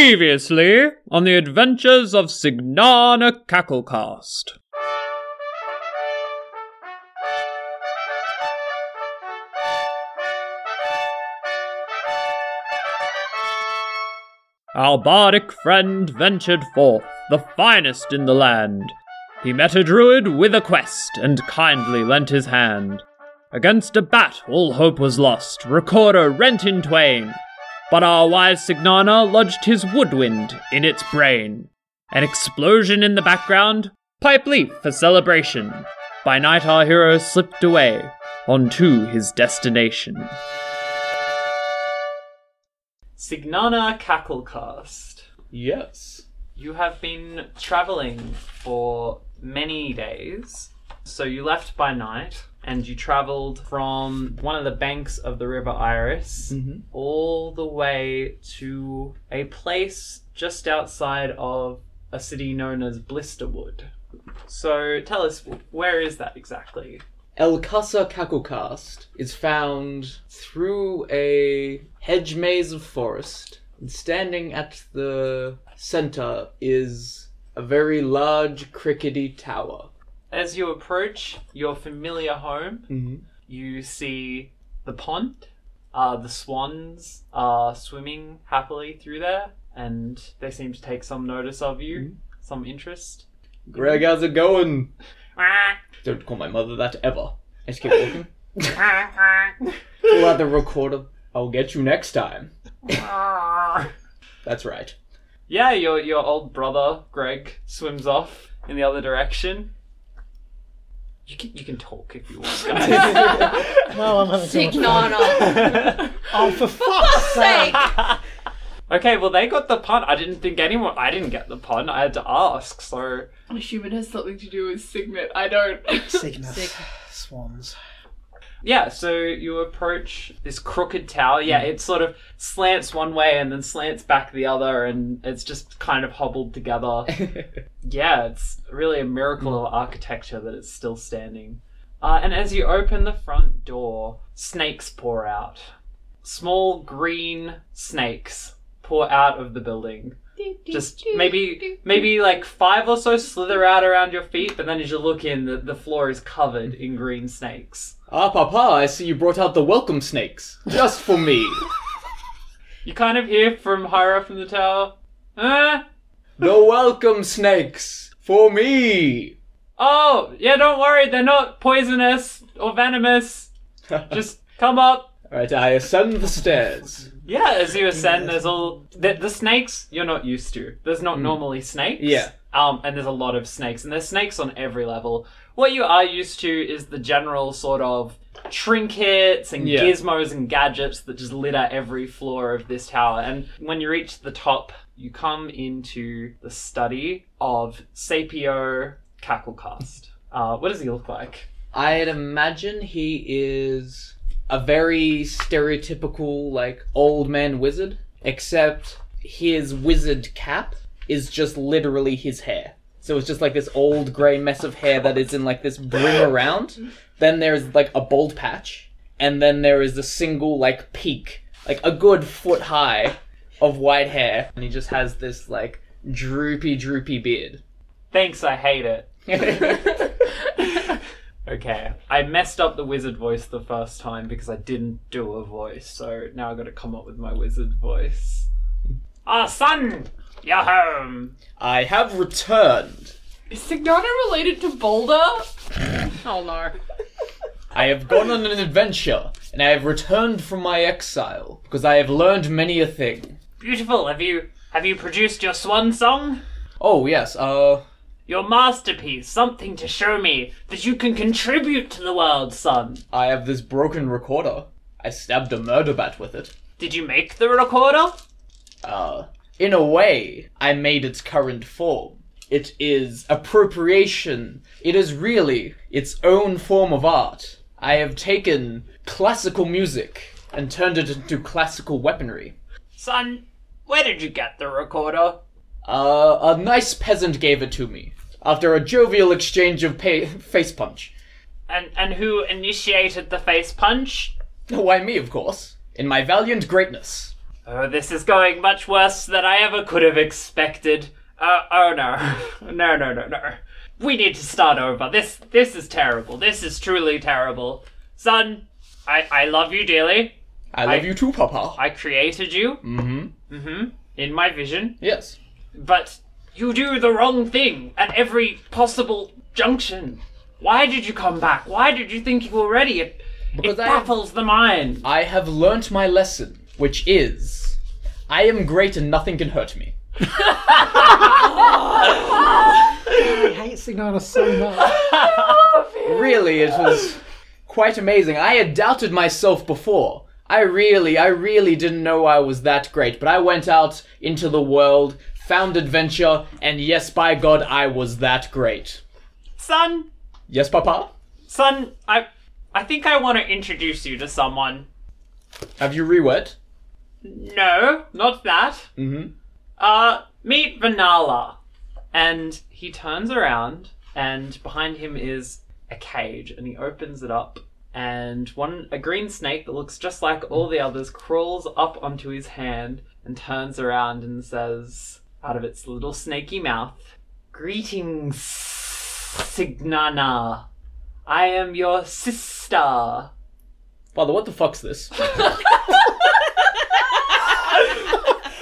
Previously on the adventures of Signana Cacklecast. Our bardic friend ventured forth, the finest in the land. He met a druid with a quest and kindly lent his hand. Against a bat, all hope was lost, recorder rent in twain. But our wise Signana lodged his woodwind in its brain. An explosion in the background, pipe leaf for celebration. By night, our hero slipped away onto his destination. Signana Cacklecast, Yes. you have been traveling for many days. So you left by night and you traveled from one of the banks of the River Iris Mm-hmm. all the way to a place just outside of a city known as Blisterwood. So tell us, where is that exactly? El Casa Cacklecast is found through a hedge maze of forest. And standing at the center is a very large crickety tower. As you approach your familiar home, Mm-hmm. you see the pond. Uh, the swans are swimming happily through there, and they seem to take some notice of you, Mhm. some interest. Greg, how's it going? Don't call my mother that ever. I just keep walking. Pull out the recorder. I'll get you next time. That's right. Yeah, your your old brother Greg swims off in the other direction. You can you can talk if you want, guys. Well, I'm having too much fun. Signana. Oh, for fuck's sake! okay, well they got the pun. I didn't think anyone. I didn't get the pun. I had to ask. So I assume it has something to do with Signet. I don't. Cygnus. Swans. yeah, so you approach this crooked tower. Yeah, it sort of slants one way and then slants back the other, and it's just kind of hobbled together. yeah, it's really a miracle of architecture that it's still standing. Uh, and as you open the front door, snakes pour out. Small green snakes pour out of the building. Just maybe, maybe like five or so slither out around your feet, but then as you look in, the, the floor is covered in green snakes. ah, Papa, I see you brought out the welcome snakes. Just for me. You kind of hear from higher up in the tower, eh? The welcome snakes for me. Oh, yeah, don't worry, they're not poisonous or venomous. All Just come up, right, I ascend the stairs. Yeah, as you ascend, there's all the, the snakes you're not used to. There's not normally snakes. Hmm. Yeah. Um, and there's a lot of snakes, and there's snakes on every level. What you are used to is the general sort of trinkets and Yeah. gizmos and gadgets that just litter every floor of this tower. And when you reach the top, you come into the study of Sapio Cacklecast. Uh, what does he look like? I'd imagine he is a very stereotypical, like, old man wizard, except his wizard cap is just literally his hair. So it's just like this old grey mess of hair that is in like this brim around. Then there's like a bald patch, and then there is a single like peak, like a good foot high of white hair, and he just has this like droopy, droopy beard. Thanks, I hate it. yeah, Okay, I messed up the wizard voice the first time because I didn't do a voice, so now I've got to come up with my wizard voice. Ah, son! You're home! I have returned. Is Signana related to Boulder? Ah, Oh no. I have gone on an adventure, and I have returned from my exile, because I have learned many a thing. Beautiful, have you have you produced your swan song? Oh, yes, uh, Your masterpiece, something to show me that you can contribute to the world, son. I have this broken recorder. I stabbed a murder bat with it. Did you make the recorder? Uh, in a way, I made its current form. It is appropriation. It is really its own form of art. I have taken classical music and turned it into classical weaponry. Son, where did you get the recorder? Uh, a nice peasant gave it to me after a jovial exchange of pa face punch. And and who initiated the face punch? Why me, of course, in my valiant greatness. Oh, this is going much worse than I ever could have expected. Uh, oh no. No, no, no, no. We need to start over. This this is terrible. This is truly terrible. Son, I, I love you dearly. I love you too, Papa. I created you Mm-hmm. in my vision, Yes. but you do the wrong thing at every possible junction. Why did you come back? Why did you think you were ready? It, it Because I- baffles the mind. I have learnt my lesson, which is I am great and nothing can hurt me. I hate Signana so much. Really, it was quite amazing. I had doubted myself before. I really, I really didn't know I was that great, but I went out into the world, found adventure, and yes, by God, I was that great. Son, Yes, Papa? son, I I think I want to introduce you to someone. Have you rewet? No, not that. Mm-hmm. Uh, meet Vanala. And he turns around, and behind him is a cage, and he opens it up. And one, a green snake that looks just like all the others, crawls up onto his hand and turns around and says, out of its little snaky mouth, Greetings, Signana. I am your sister. Father, what the fuck's this?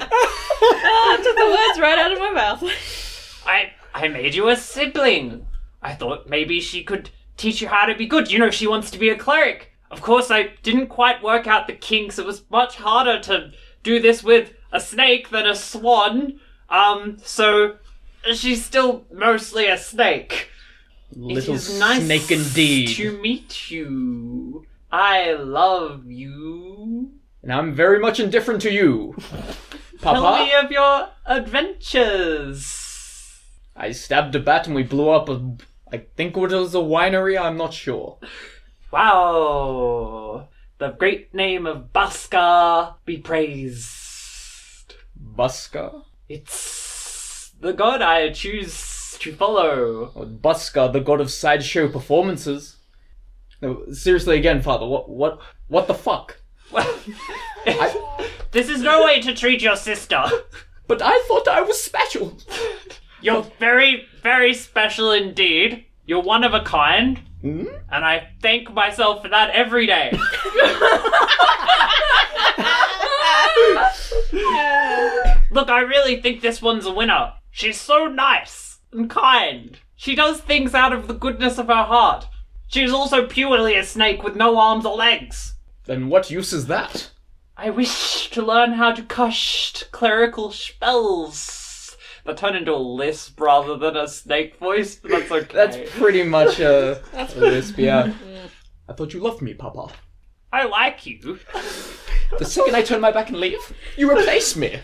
I took the words right out of my mouth. I I made you a sibling. I thought maybe she could teach you how to be good. You know, she wants to be a cleric. Of course, I didn't quite work out the kinks. It was much harder to do this with a snake than a swan. Um, so she's still mostly a snake. Little it is nice snake indeed. to meet you. I love you. And I'm very much indifferent to you. Papa? Tell me uh, of your adventures. I stabbed a bat and we blew up a. I think it was a winery, I'm not sure. Wow! The great name of Baskar be praised. Buska? It's the god I choose to follow. Or Oh, Buska, the god of sideshow performances. No, seriously again, father, what what what the fuck? I, this is no way to treat your sister. but I thought I was special. You're very, very special indeed. You're one of a kind, Hmm? and I thank myself for that every day. Look, I really think this one's a winner. She's so nice and kind. She does things out of the goodness of her heart. She's also purely a snake with no arms or legs. Then what use is that? I wish to learn how to cast clerical spells. That turn into a lisp rather than a snake voice, but that's okay. That's pretty much a, a lisp, yeah. I thought you loved me, Papa. I like you. The second I turn my back and leave, you replace me.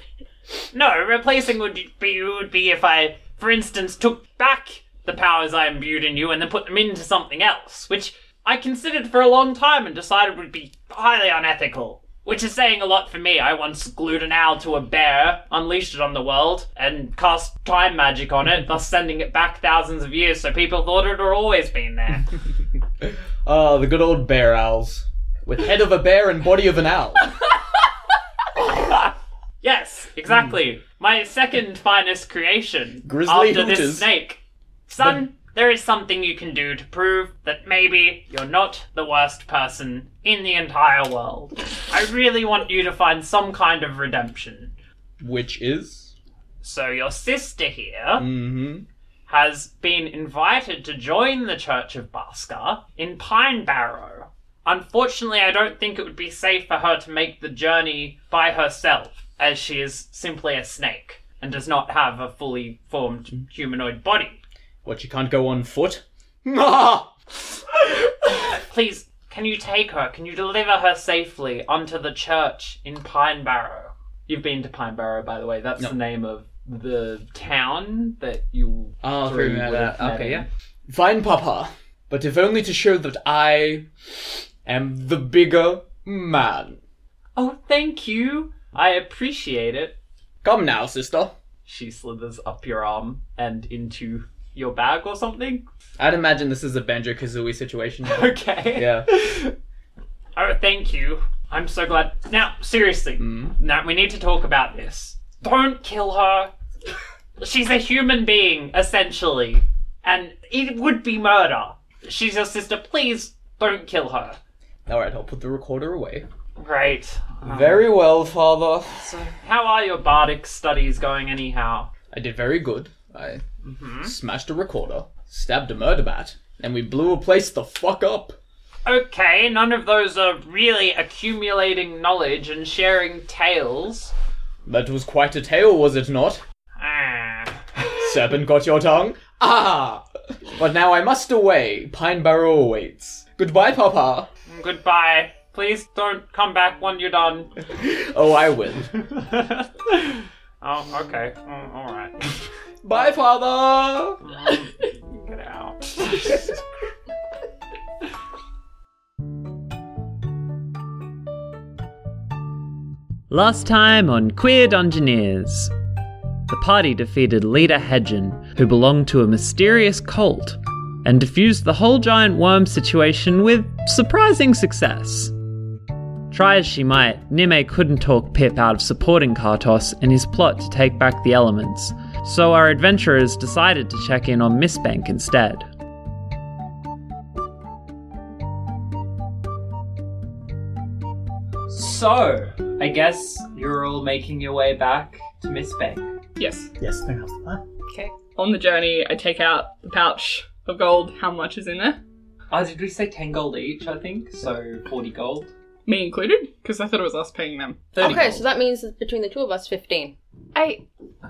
No, replacing would be would be if I, for instance, took back the powers I imbued in you and then put them into something else, which I considered for a long time and decided would be highly unethical. Which is saying a lot for me. I once glued an owl to a bear, unleashed it on the world, and cast time magic on it, thus sending it back thousands of years so people thought it had always been there. Ah, the good old bear owls. With head of a bear and body of an owl. yes, exactly. My second finest creation. Grizzly after hooters. this snake. Son, there is something you can do to prove that maybe you're not the worst person in the entire world. I really want you to find some kind of redemption. Which is? So your sister here Mm-hmm. has been invited to join the Church of Baskar in Pine Barrow. Unfortunately, I don't think it would be safe for her to make the journey by herself, as she is simply a snake and does not have a fully formed humanoid body. What, you can't go on foot? Ah! Please, can you take her? Can you deliver her safely onto the church in Pine Barrow? You've been to Pine Barrow, by the way. That's the name of the town that you. Oh, three remember would have that. met Okay, in. yeah. Fine, Papa. But if only to show that I am the bigger man. Oh, thank you. I appreciate it. Come now, sister. she slithers up your arm and into your bag or something. I'd imagine this is a Banjo Kazooie situation. Okay. yeah. Oh, thank you. I'm so glad. Now, seriously, now we need to talk about this. Don't kill her. She's a human being, essentially, and it would be murder. She's your sister. Please don't kill her. All right, I'll put the recorder away. Great. Um, Very well, Father. So, how are your bardic studies going, anyhow? I did very good. I Mm-hmm. smashed a recorder, stabbed a murder bat, and we blew a place the fuck up. Okay, none of those are really accumulating knowledge and sharing tales. That was quite a tale, was it not? Ah. Serpent got your tongue? Ah! But now I must away. Pine Barrow awaits. Goodbye, Papa. Goodbye. Please don't come back when you're done. Oh, I will. oh, okay. Mm, all right. Bye, Father! Get out. Last time on Queer Dungeoneers. The party defeated leader Hedgen, who belonged to a mysterious cult, and defused the whole giant worm situation with surprising success. Try as she might, Nime couldn't talk Pip out of supporting Kartos in his plot to take back the elements, so our adventurers decided to check in on Mistbank instead. So, I guess you're all making your way back to Mistbank. Yes. Yes, no house plan. Okay. On the journey, I take out the pouch of gold. How much is in there? Oh, did we say 10 gold each, I think? So 40 gold? Me included? Because I thought it was us paying them. 30 okay, gold. so that means that between the two of us, 15. I. uh,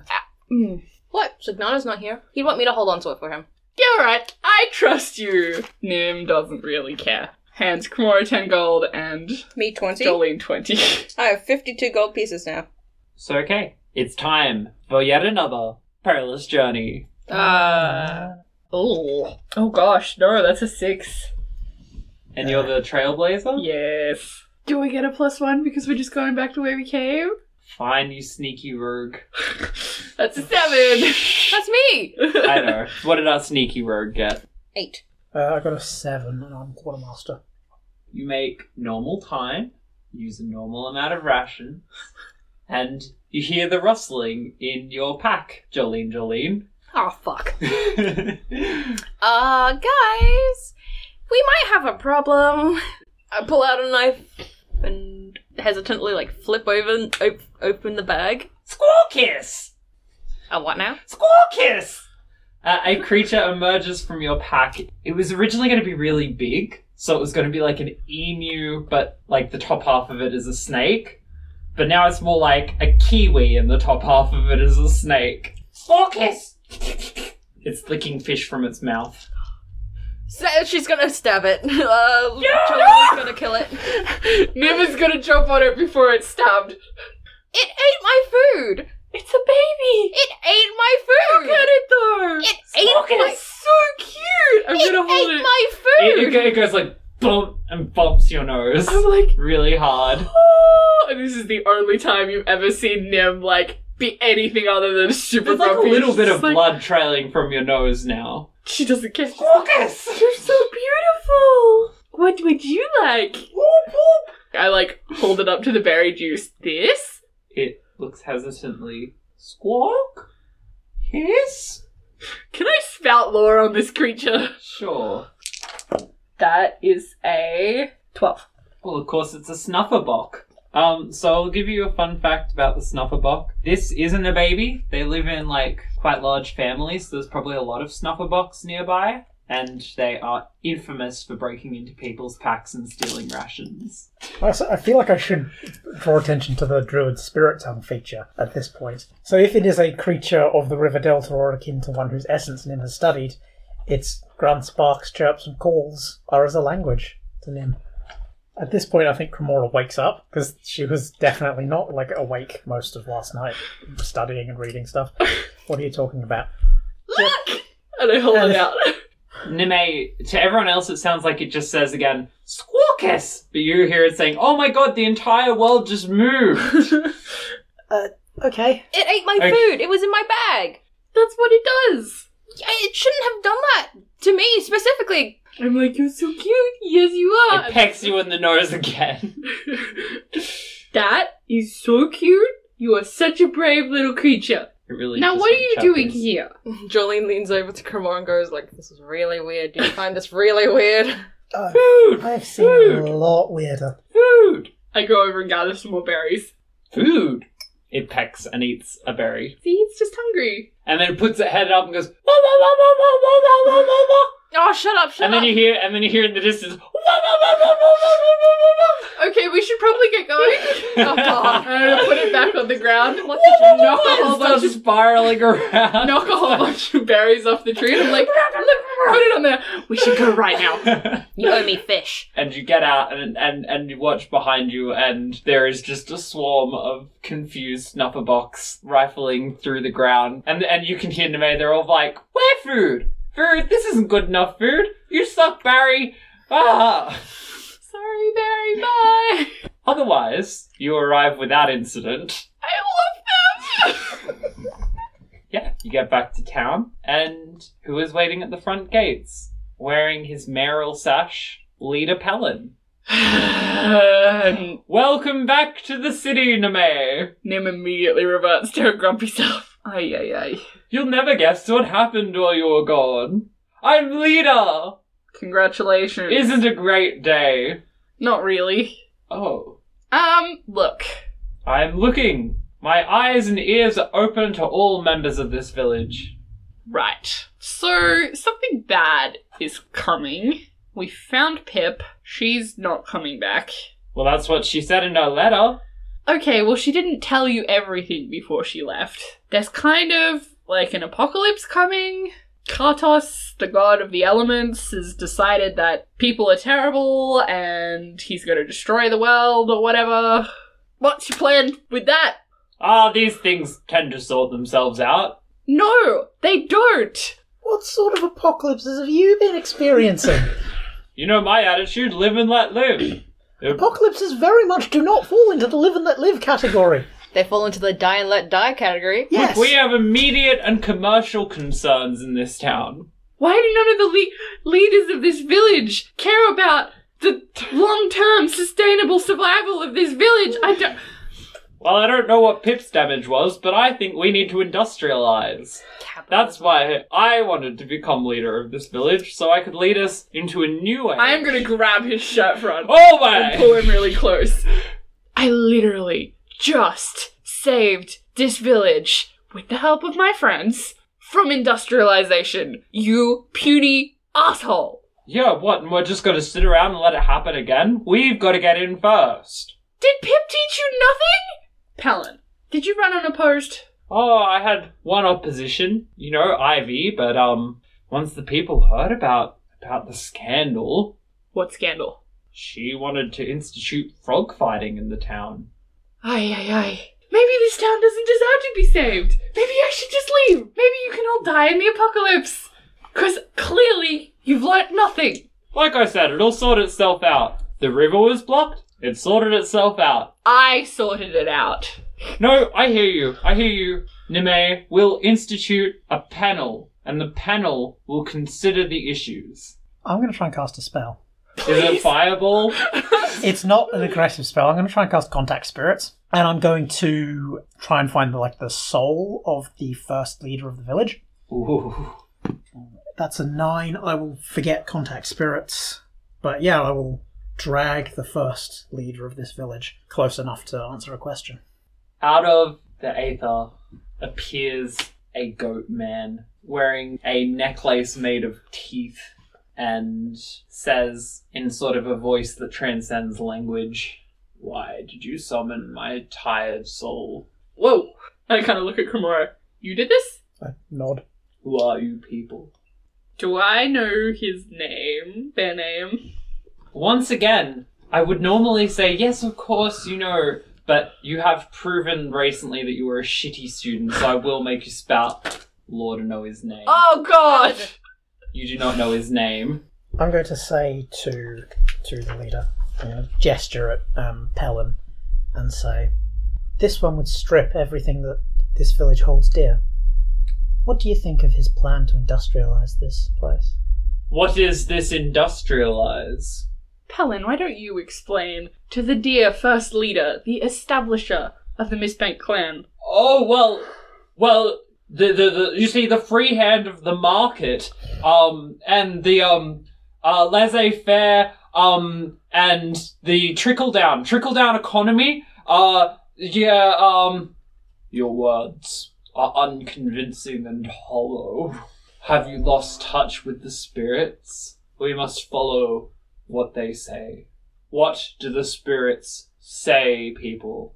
Hmm. What? Signana's not here. He'd want me to hold on to it for him. Yeah, alright. I trust you. Nim doesn't really care. Hands Kamora 10 gold and Me, 20. Jolene 20. I have 52 gold pieces now. So, okay, it's time for yet another perilous journey. Uh. Oh. Oh gosh, no, that's a 6. And you're the trailblazer? Yes. Do we get a plus one because we're just going back to where we came? Fine, you sneaky rogue. That's a seven. That's me! I know. what did our sneaky rogue get? Eight. Uh, I got a seven, and I'm quartermaster. You make normal time, use a normal amount of ration, and you hear the rustling in your pack, Jolene Jolene. Oh, fuck. Uh, guys, we might have a problem. I pull out a knife and hesitantly, like, flip over and op- open the bag. Squall kiss! A what now? Squall kiss! Uh, a creature emerges from your pack. It was originally going to be really big, so it was going to be like an emu, but like the top half of it is a snake. But now it's more like a kiwi, and the top half of it is a snake. Squall kiss! It's licking fish from its mouth. Sa- she's gonna stab it. Uh, Charlie's gonna kill it. Nim is gonna jump on it before it's stabbed. It ate my food! It's a baby. It ate my food! Look at it though. It ate my It's so cute. I'm It gonna hold ate it. my It, food! it go- it goes like bump and bumps your nose I'm like, really hard. oh. And this is the only time you've ever seen Nim like be anything other than super There's like a grumpy. little She's bit just of like- blood Oh, trailing from your nose now. She doesn't care. Focus. You're so beautiful. What would you like? I like hold it up to the berry juice. This. It looks hesitantly. Squawk? Hiss? Can I spout lore on this creature? Sure. That is a twelve. Well, of course, it's a snufferbock. Um, so I'll give you a fun fact about the snufferbock. This isn't a baby. They live in like quite large families. So there's probably a lot of snufferbocks nearby, and they are infamous for breaking into people's packs and stealing rations. I s- I feel like I should draw attention to the druid spirit tongue feature at this point. So, if it is a creature of the river delta or akin to one whose essence Nim has studied, its grunt sparks, chirps, and calls are as a language to Nim. At this point, I think Cremora wakes up because she was definitely not like awake most of last night, studying and reading stuff. What are you talking about? Look. And I hold it out. Nime, to everyone else, it sounds like it just says again, Squawkus! But you hear it saying, Oh my god, the entire world just moved! Okay. It ate my Okay. food. It was in my bag. That's what it does. Yeah, It shouldn't have done that to me specifically. I'm like, you're so cute. Yes, you are. It pecks you in the nose again. that is so cute. You are such a brave little creature. It really now, just what are like you doing chuckles. here? Jolene leans over to Cromwell and goes like, "This is really weird. Do you find this really weird?" Uh, Food! I've seen a lot weirder. Food! I go over and gather some more berries. Food! It pecks and eats a berry. See, it's just hungry. And then it puts its head up and goes, "Wah, wah, wah, wah, wah, wah, wah, wah, wah, wah." oh, shut up, shut and then up. you hear, and then you hear in the distance, "Wah, wah, wah, wah, wah, wah, wah, Okay, we should probably get going. wah, wah, Oh, wah." God. I'm gonna put it back on the ground. what did you knock a whole It bunch starts of spiraling around. knock a whole bunch of berries off the tree, and I'm like, "Look, put it on there. We should go right now. You owe me fish. and you get out and, and and you watch behind you and there is just a swarm of confused snufferbox rifling through the ground and and you can hear Neme, they're all like where food food this isn't good enough food you suck Barry ah Sorry, Barry. Bye. otherwise you arrive without incident I love them. yeah you get back to town and who is waiting at the front gates wearing his mayoral sash leader Pelin welcome back to the city Neme. Nim immediately reverts to her grumpy self. Ay, ay, ay. You'll never guess what happened while you were gone. I'm leader. Congratulations. Isn't a great day. Not really. Oh, Um, look. I'm looking. My eyes and ears are open to all members of this village. Right. So, something bad is coming. We found Pip. She's not coming back. Well, that's what she said in her letter. Okay, well, she didn't tell you everything before she left. There's kind of like an apocalypse coming. Kartos, the god of the elements, has decided that people are terrible and he's going to destroy the world or whatever. What's your plan with that? Ah, these things tend to sort themselves out. No, they don't! What sort of apocalypses have you been experiencing? You know my attitude: live and let live. apocalypses very much do not fall into the live and let live category. They fall into the die and let die category. Yes. we have immediate and commercial concerns in this town. Why do none of the le- leaders of this village care about the long term sustainable survival of this village? I don't. Well, I don't know what Pip's damage was, but I think we need to industrialize. That's why I wanted to become leader of this village, so I could lead us into a new age. I am gonna grab his shirt front. Oh and pull my! him really close. I literally just saved this village with the help of my friends from industrialization. You puny asshole. Yeah, what? And we're just gonna sit around and let it happen again? We've got to get in first. Did Pip teach you nothing? Palin, did you run unopposed? Oh, I had one opposition, you know, Ivy, but um, once the people heard about about the scandal, What scandal? she wanted to institute frog fighting in the town. Ay, ay, ay. Maybe this town doesn't deserve to be saved. Maybe I should just leave. Maybe you can all die in the apocalypse. Because clearly you've learnt nothing. Like I said, it all sorted itself out. The river was blocked. It sorted itself out. I sorted it out. No, I hear you. I hear you. Nime will institute a panel, and the panel will consider the issues. I'm going to try and cast a spell. Is it a fireball? It's not an aggressive spell. I'm going to try and cast contact spirits, and I'm going to try and find like the soul of the first leader of the village. Ooh. That's a nine. I will forget contact spirits, but yeah, I will drag the first leader of this village close enough to answer a question. Out of the aether appears a goat man wearing a necklace made of teeth and says in sort of a voice that transcends language, Why did you summon my tired soul? Whoa. I kind of look at Kimura. You did this? I nod. Who are you people? Do I know his name? Their name? Once again, I would normally say, yes, of course, you know, but you have proven recently that you were a shitty student, so I will make you spout Lord and know his name. Oh god! You do not know his name. I'm going to say to to the leader, I'm going to gesture at um, Pelham, and say, "This one would strip everything that this village holds dear. What do you think of his plan to industrialize this place?" What is this industrialize? Pelin, why don't you explain to the dear first leader, the establisher of the Misbank clan? Oh well, well the, the the you see the free hand of the market, um, and the um, uh, laissez faire, um, and the trickle down trickle down economy. Uh, yeah, um, your words are unconvincing and hollow. Have you lost touch with the spirits? We must follow what they say. What do the spirits say, people?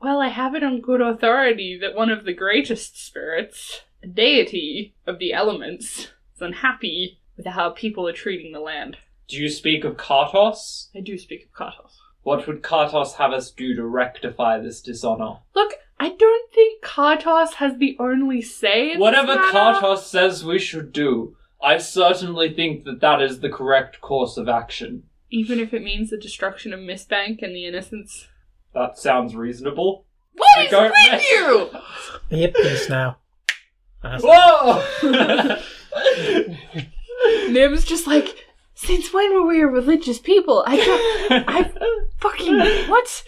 Well, I have it on good authority that one of the greatest spirits, a deity of the elements, is unhappy with how people are treating the land. Do you speak of Kartos? I do speak of Kartos. What would Kartos have us do to rectify this dishonor? Look, I don't think Kartos has the only say in Whatever this matter. Kartos says we should do, I certainly think that that is the correct course of action. Even if it means the destruction of Misbank and the innocents. That sounds reasonable. What We is don't with mess- you? Be at peace now. That's- Whoa! Nim's just like, since when were we a religious people? I don't. I fucking. What?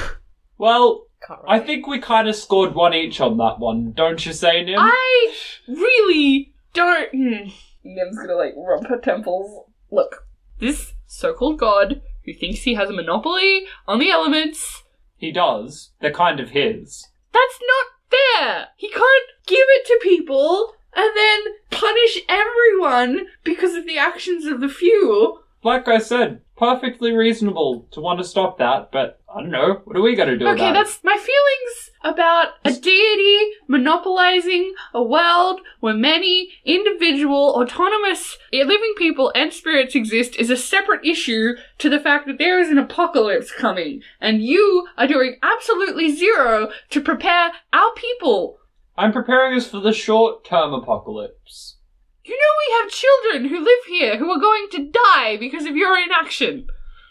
well, Can't I remember. think we kind of scored one each on that one, don't you say, Nim? I really don't. hmm. Nim's gonna like rub her temples. Look, this so called god who thinks he has a monopoly on the elements, He does. They're kind of his. that's not fair! He can't give it to people and then punish everyone because of the actions of the few. Like I said, perfectly reasonable to want to stop that, but I don't know. What are we going to do about Okay, it? that's my feelings about a deity monopolizing a world where many individual, autonomous, eh, living people and spirits exist is a separate issue to the fact that there is an apocalypse coming, and you are doing absolutely zero to prepare our people. I'm preparing us for the short term apocalypse. You know we have children who live here who are going to die because of your inaction.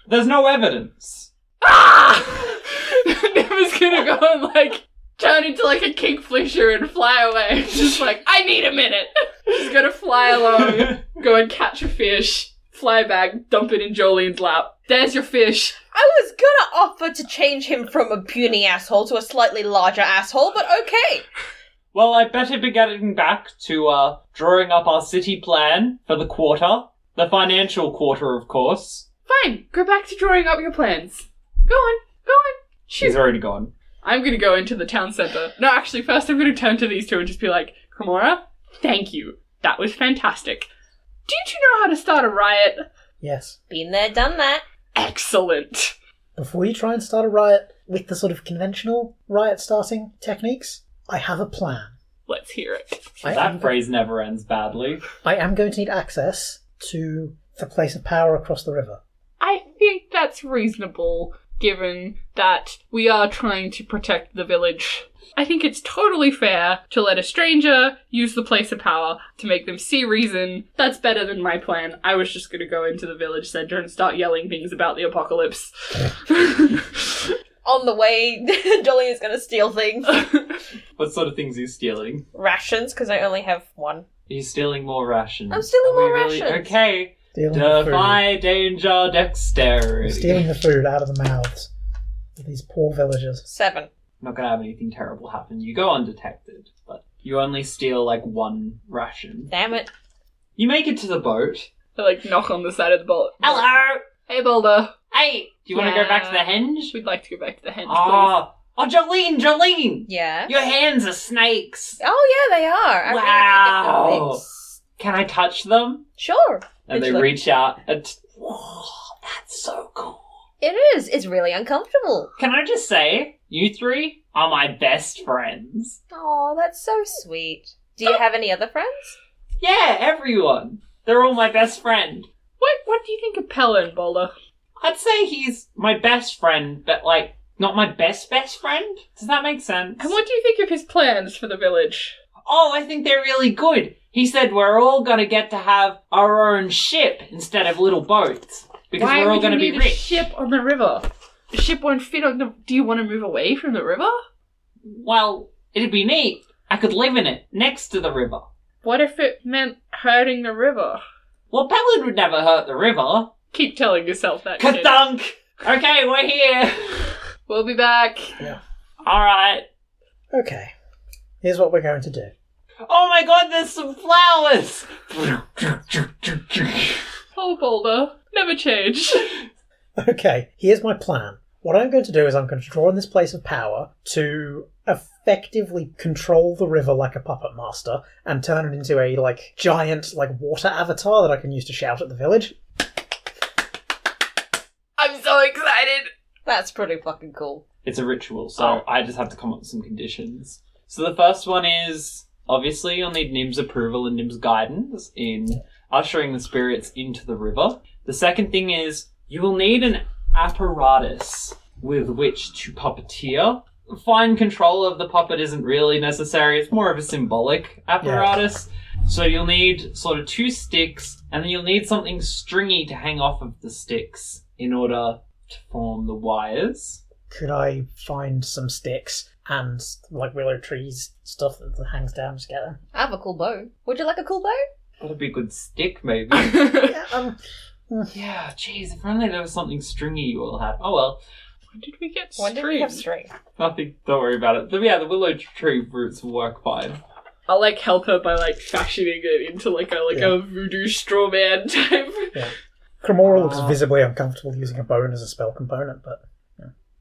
There's no evidence. Ah! Neva's gonna go and like turn into like a kingfisher and fly away. Just like I need a minute. She's gonna fly along, go and catch a fish, fly back, dump it in Jolene's lap. There's your fish. I was gonna offer to change him from a puny asshole to a slightly larger asshole, but okay. Well, I better be getting back to uh, drawing up our city plan for the quarter. The financial quarter, of course. Fine, go back to drawing up your plans. Go on, go on. She's already gone. I'm gonna go into the town center. No, actually, first I'm gonna turn to these two and just be like, Kamora, thank you. That was fantastic. Did you know how to start a riot? Yes. Been there, done that. Excellent. Before you try and start a riot with the sort of conventional riot starting techniques, I have a plan. Let's hear it. I am, that phrase never ends badly. I am going to need access to the place of power across the river. I think that's reasonable given that we are trying to protect the village. I think it's totally fair to let a stranger use the place of power to make them see reason. That's better than my plan. I was just gonna go into the village center and start yelling things about the apocalypse. On the way, Dolly is gonna steal things. What sort of things he's stealing? Rations, because I only have one. He's stealing more rations. I'm stealing Are we more really- rations. Okay. Stealing the food. Defy danger dexterity. Stealing the food out of the mouths of these poor villagers. Seven. not gonna have anything terrible happen. You go undetected, but you only steal like one ration. Damn it. You make it to the boat. I like knock on the side of the boat. Hello. Hey Boulder. Hey. Do you want to Yeah. go back to the henge? We'd like to go back to the henge, please. Ah. Oh, Jolene, Jolene. Yeah. Your hands are snakes. Oh yeah, they are. I really need to get Wow. them fixed. Can I touch them? Sure. And they Vigilante. reach out and. Whoa, that's so cool. It is. It's really uncomfortable. Can I just say, you three are my best friends. Oh, that's so sweet. Do you have any other friends? Yeah, everyone. They're all my best friend. What what do you think of Pelin, Boulder? I'd say he's my best friend, but like not my best best friend. Does that make sense? And what do you think of his plans for the village? oh, I think they're really good. He said we're all gonna get to have our own ship instead of little boats because Why we're all would you gonna be need A rich. ship on the river. The ship won't fit on the. Do you want to move away from the river? Well, it'd be neat. I could live in it next to the river. What if it meant hurting the river? Well, Paladin would never hurt the river. Keep telling yourself that. shit. Kadunk! Okay, we're here. We'll be back. All right. Okay. Here's what we're going to do. Oh my god, there's some flowers. Oh, Boulder, never change. Okay, here's my plan. What I'm going to do is I'm going to draw in this place of power to effectively control the river like a puppet master and turn it into a like giant like water avatar that I can use to shout at the village. I'm so excited. That's pretty fucking cool. It's a ritual, so I just have to come up with some conditions. So the first one is obviously you'll need Nim's approval and Nim's guidance in ushering the spirits into the river. The second thing is you will need an apparatus with which to puppeteer. Fine control of the puppet isn't really necessary, it's more of a symbolic apparatus. So you'll need sort of two sticks, and then you'll need something stringy to hang off of the sticks in order to form the wires. Could I find some sticks and like willow trees stuff that hangs down just get them? I have a cool bow. Would you like a cool bow? That'd be a good stick, maybe. I Yeah, um, yeah, jeez, if only there was something stringy you all had. Oh well, When did we get When did we have streams? strength? nothing, don't worry about it. But yeah, the willow tree roots will work fine. I'll like help her by like fashioning it into like a like Yeah. a voodoo straw man type. Cremora looks Ah. visibly uncomfortable using a bone as a spell component, but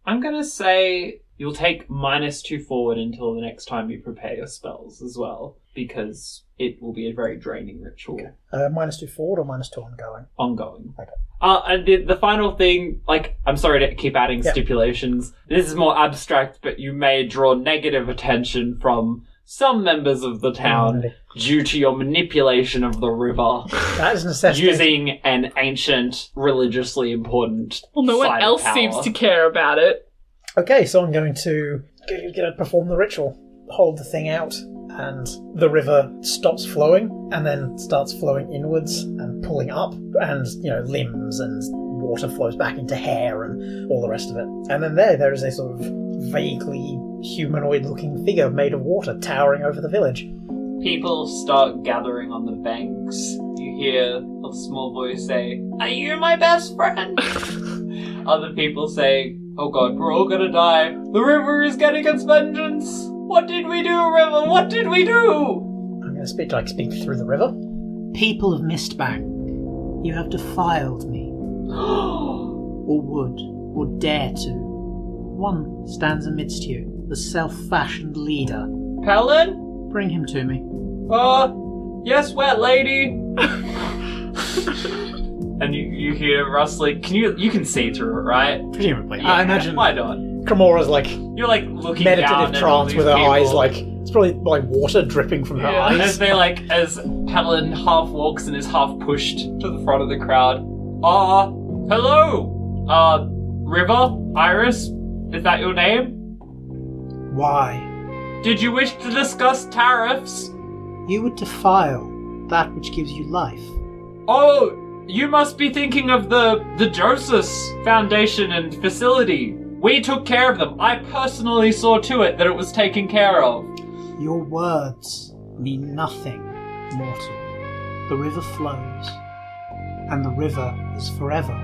I'm gonna say you'll take minus two forward until the next time you prepare your spells as well, because it will be a very draining ritual. uh, minus two forward or minus two ongoing. ongoing. Okay. Uh, and the, the final thing, like, I'm sorry to keep adding Yeah. stipulations. This is more abstract, but you may draw negative attention from some members of the town due to your manipulation of the river That is necessitated. using an ancient, religiously important. Well, no side one of else power. seems to care about it. Okay, so I'm going to g- gonna perform the ritual, hold the thing out, and the river stops flowing, and then starts flowing inwards and pulling up, and you know limbs and water flows back into hair and all the rest of it. And then there, there is a sort of vaguely humanoid-looking figure made of water towering over the village. People start gathering on the banks. You hear a small voice say, Are you my best friend? Other people say, Oh god, we're all gonna die. The river is getting its vengeance. What did we do, river? What did we do? I'm going to speak like speak through the river. People of Mistbank, you have defiled me. or would, or dare to. One stands amidst you, the self fashioned leader. Pelin? Bring him to me. Uh, yes, wet lady. and you, you hear rustling. Can you you can see through it, right? Presumably. Yeah, I imagine Why not? Cremora's like You're like looking down meditative at all trance these with her people. eyes like it's probably like water dripping from her Yeah. As eyes. they like, as Palin half walks and is half pushed to the front of the crowd. Ah, hello, uh, River, Iris, is that your name? Why? Did you wish to discuss tariffs? You would defile that which gives you life. Oh, you must be thinking of the the Josephs Foundation and facility. We took care of them. I personally saw to it that it was taken care of. Your words mean nothing, mortal. The river flows, and the river is forever.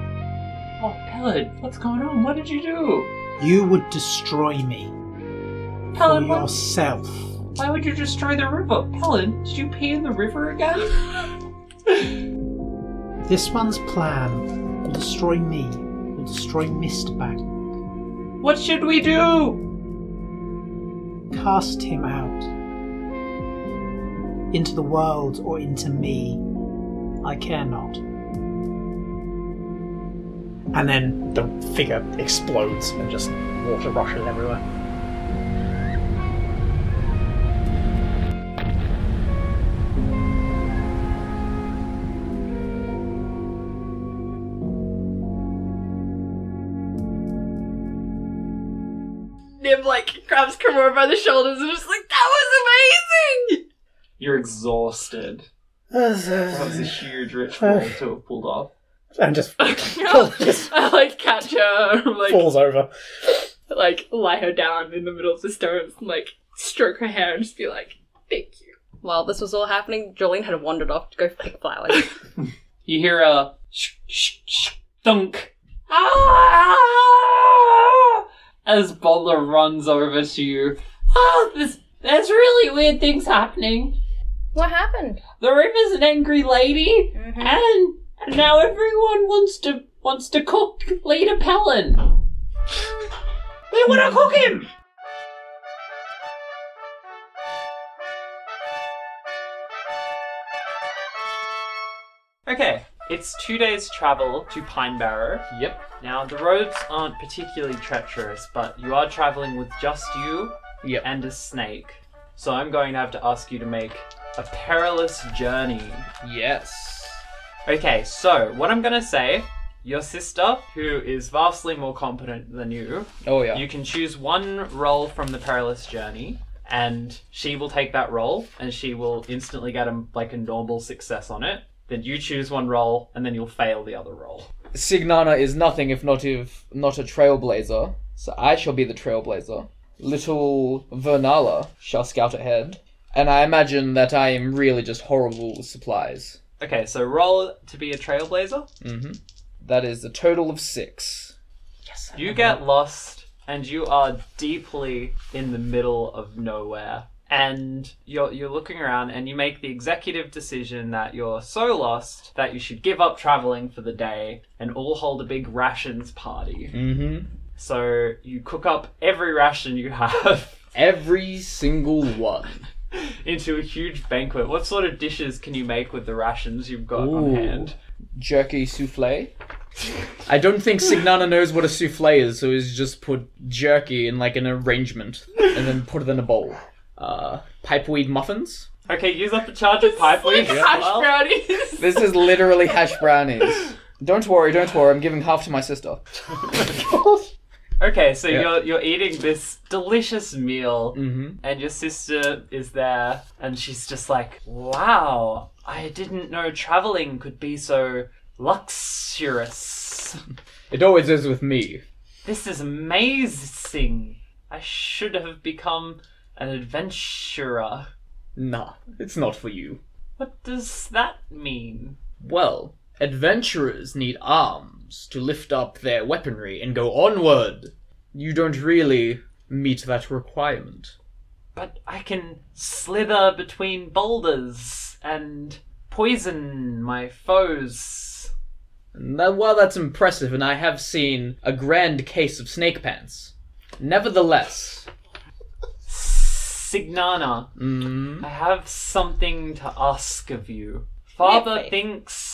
Oh, Pelin, what's going on? What did you do? You would destroy me for Pelin, what? yourself. Why would you destroy the river? Helen, did you pee in the river again? This one's plan will destroy me, will destroy Mistbank. What should we do? Cast him out. Into the world or into me. I care not. And then the figure explodes and just water rushes everywhere. Nib like grabs Kimura by the shoulders and is like, "That was amazing." You're exhausted. That was a and huge ritual to have pulled off. just, just I like catch her, like falls over. like lie her down in the middle of the stones, and, like stroke her hair and just be like, "Thank you." While this was all happening, Jolene had wandered off to go pick flowers. You hear a sh- sh- sh- thunk. Ah! As Butler runs over to you. Oh, this, there's really weird things happening. What happened? The river's an angry lady, and, and now everyone wants to wants to cook Leader Palin. They want to cook him. Okay, it's two days' travel to Pine Barrow. Yep. Now, the roads aren't particularly treacherous, but you are traveling with just you Yep. and a snake. So I'm going to have to ask you to make a perilous journey. Yes. Okay, so what I'm going to say your sister, who is vastly more competent than you, Oh yeah. you can choose one role from the perilous journey, and she will take that role, and she will instantly get a, like a normal success on it. Then you choose one role, and then you'll fail the other role. Signana is nothing if not if not a trailblazer, so I shall be the trailblazer. Little Vernala shall scout ahead, and I imagine that I am really just horrible with supplies. Mm-hmm. Okay, so roll to be a trailblazer. That is a total of six. You get Uh-huh. lost, and you are deeply in the middle of nowhere. And you're, you're looking around, and you make the executive decision that you're so lost that you should give up traveling for the day and all hold a big rations party. Mm-hmm. So you cook up every ration you have Every single one. into a huge banquet. What sort of dishes can you make with the rations you've got on Ooh. hand? Jerky souffle. I don't think Signana knows what a souffle is, so he's just put jerky in like an arrangement and then put it in a bowl. Uh, pipeweed muffins. Okay, use up the charge of pipeweed. as Hash well. brownies. This is literally hash brownies. Don't worry, don't worry. I'm giving half to my sister. Okay, so Yeah. you're you're eating this delicious meal, Mhm. and your sister is there, and she's just like, "Wow, I didn't know traveling could be so luxurious. It always is with me. This is amazing. I should have become an adventurer." Nah, it's not for you. What does that mean? Well, adventurers need arms to lift up their weaponry and go onward. You don't really meet that requirement. But I can slither between boulders and poison my foes. And that, while that's impressive, and I have seen a grand case of snake pants, nevertheless, Signana, mm, I have something to ask of you. Father thinks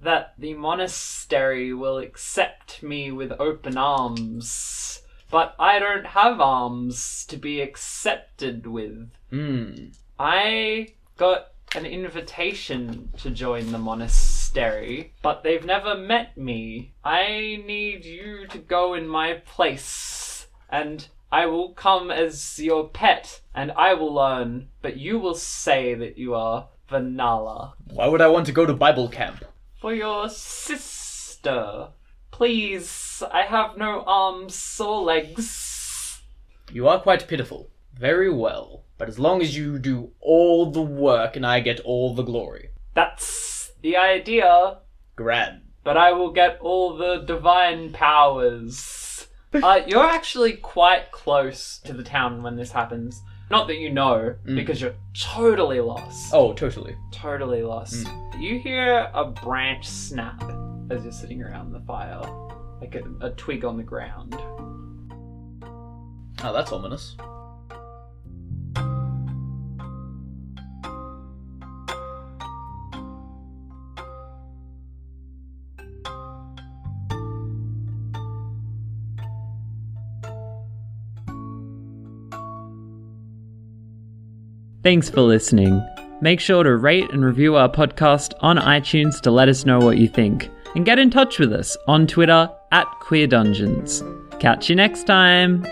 that the monastery will accept me with open arms, but I don't have arms to be accepted with. mm, I got an invitation to join the monastery, but they've never met me. I need you to go in my place, and I will come as your pet, and I will learn, but you will say that you are Vanala. why would I want to go to Bible camp? For your sister, please, I have no arms or legs. You are quite pitiful. Very well. But as long as you do all the work and I get all the glory. That's the idea. Grand. but I will get all the divine powers. Uh, you're actually quite close to the town when this happens. Not that you know, because you're totally lost. Oh, totally. Totally lost. You hear a branch snap as you're sitting around the fire, like a, a twig on the ground. Oh, that's ominous. Thanks for listening. Make sure to rate and review our podcast on iTunes to let us know what you think. And get in touch with us on Twitter at Queer Dungeons. Catch you next time!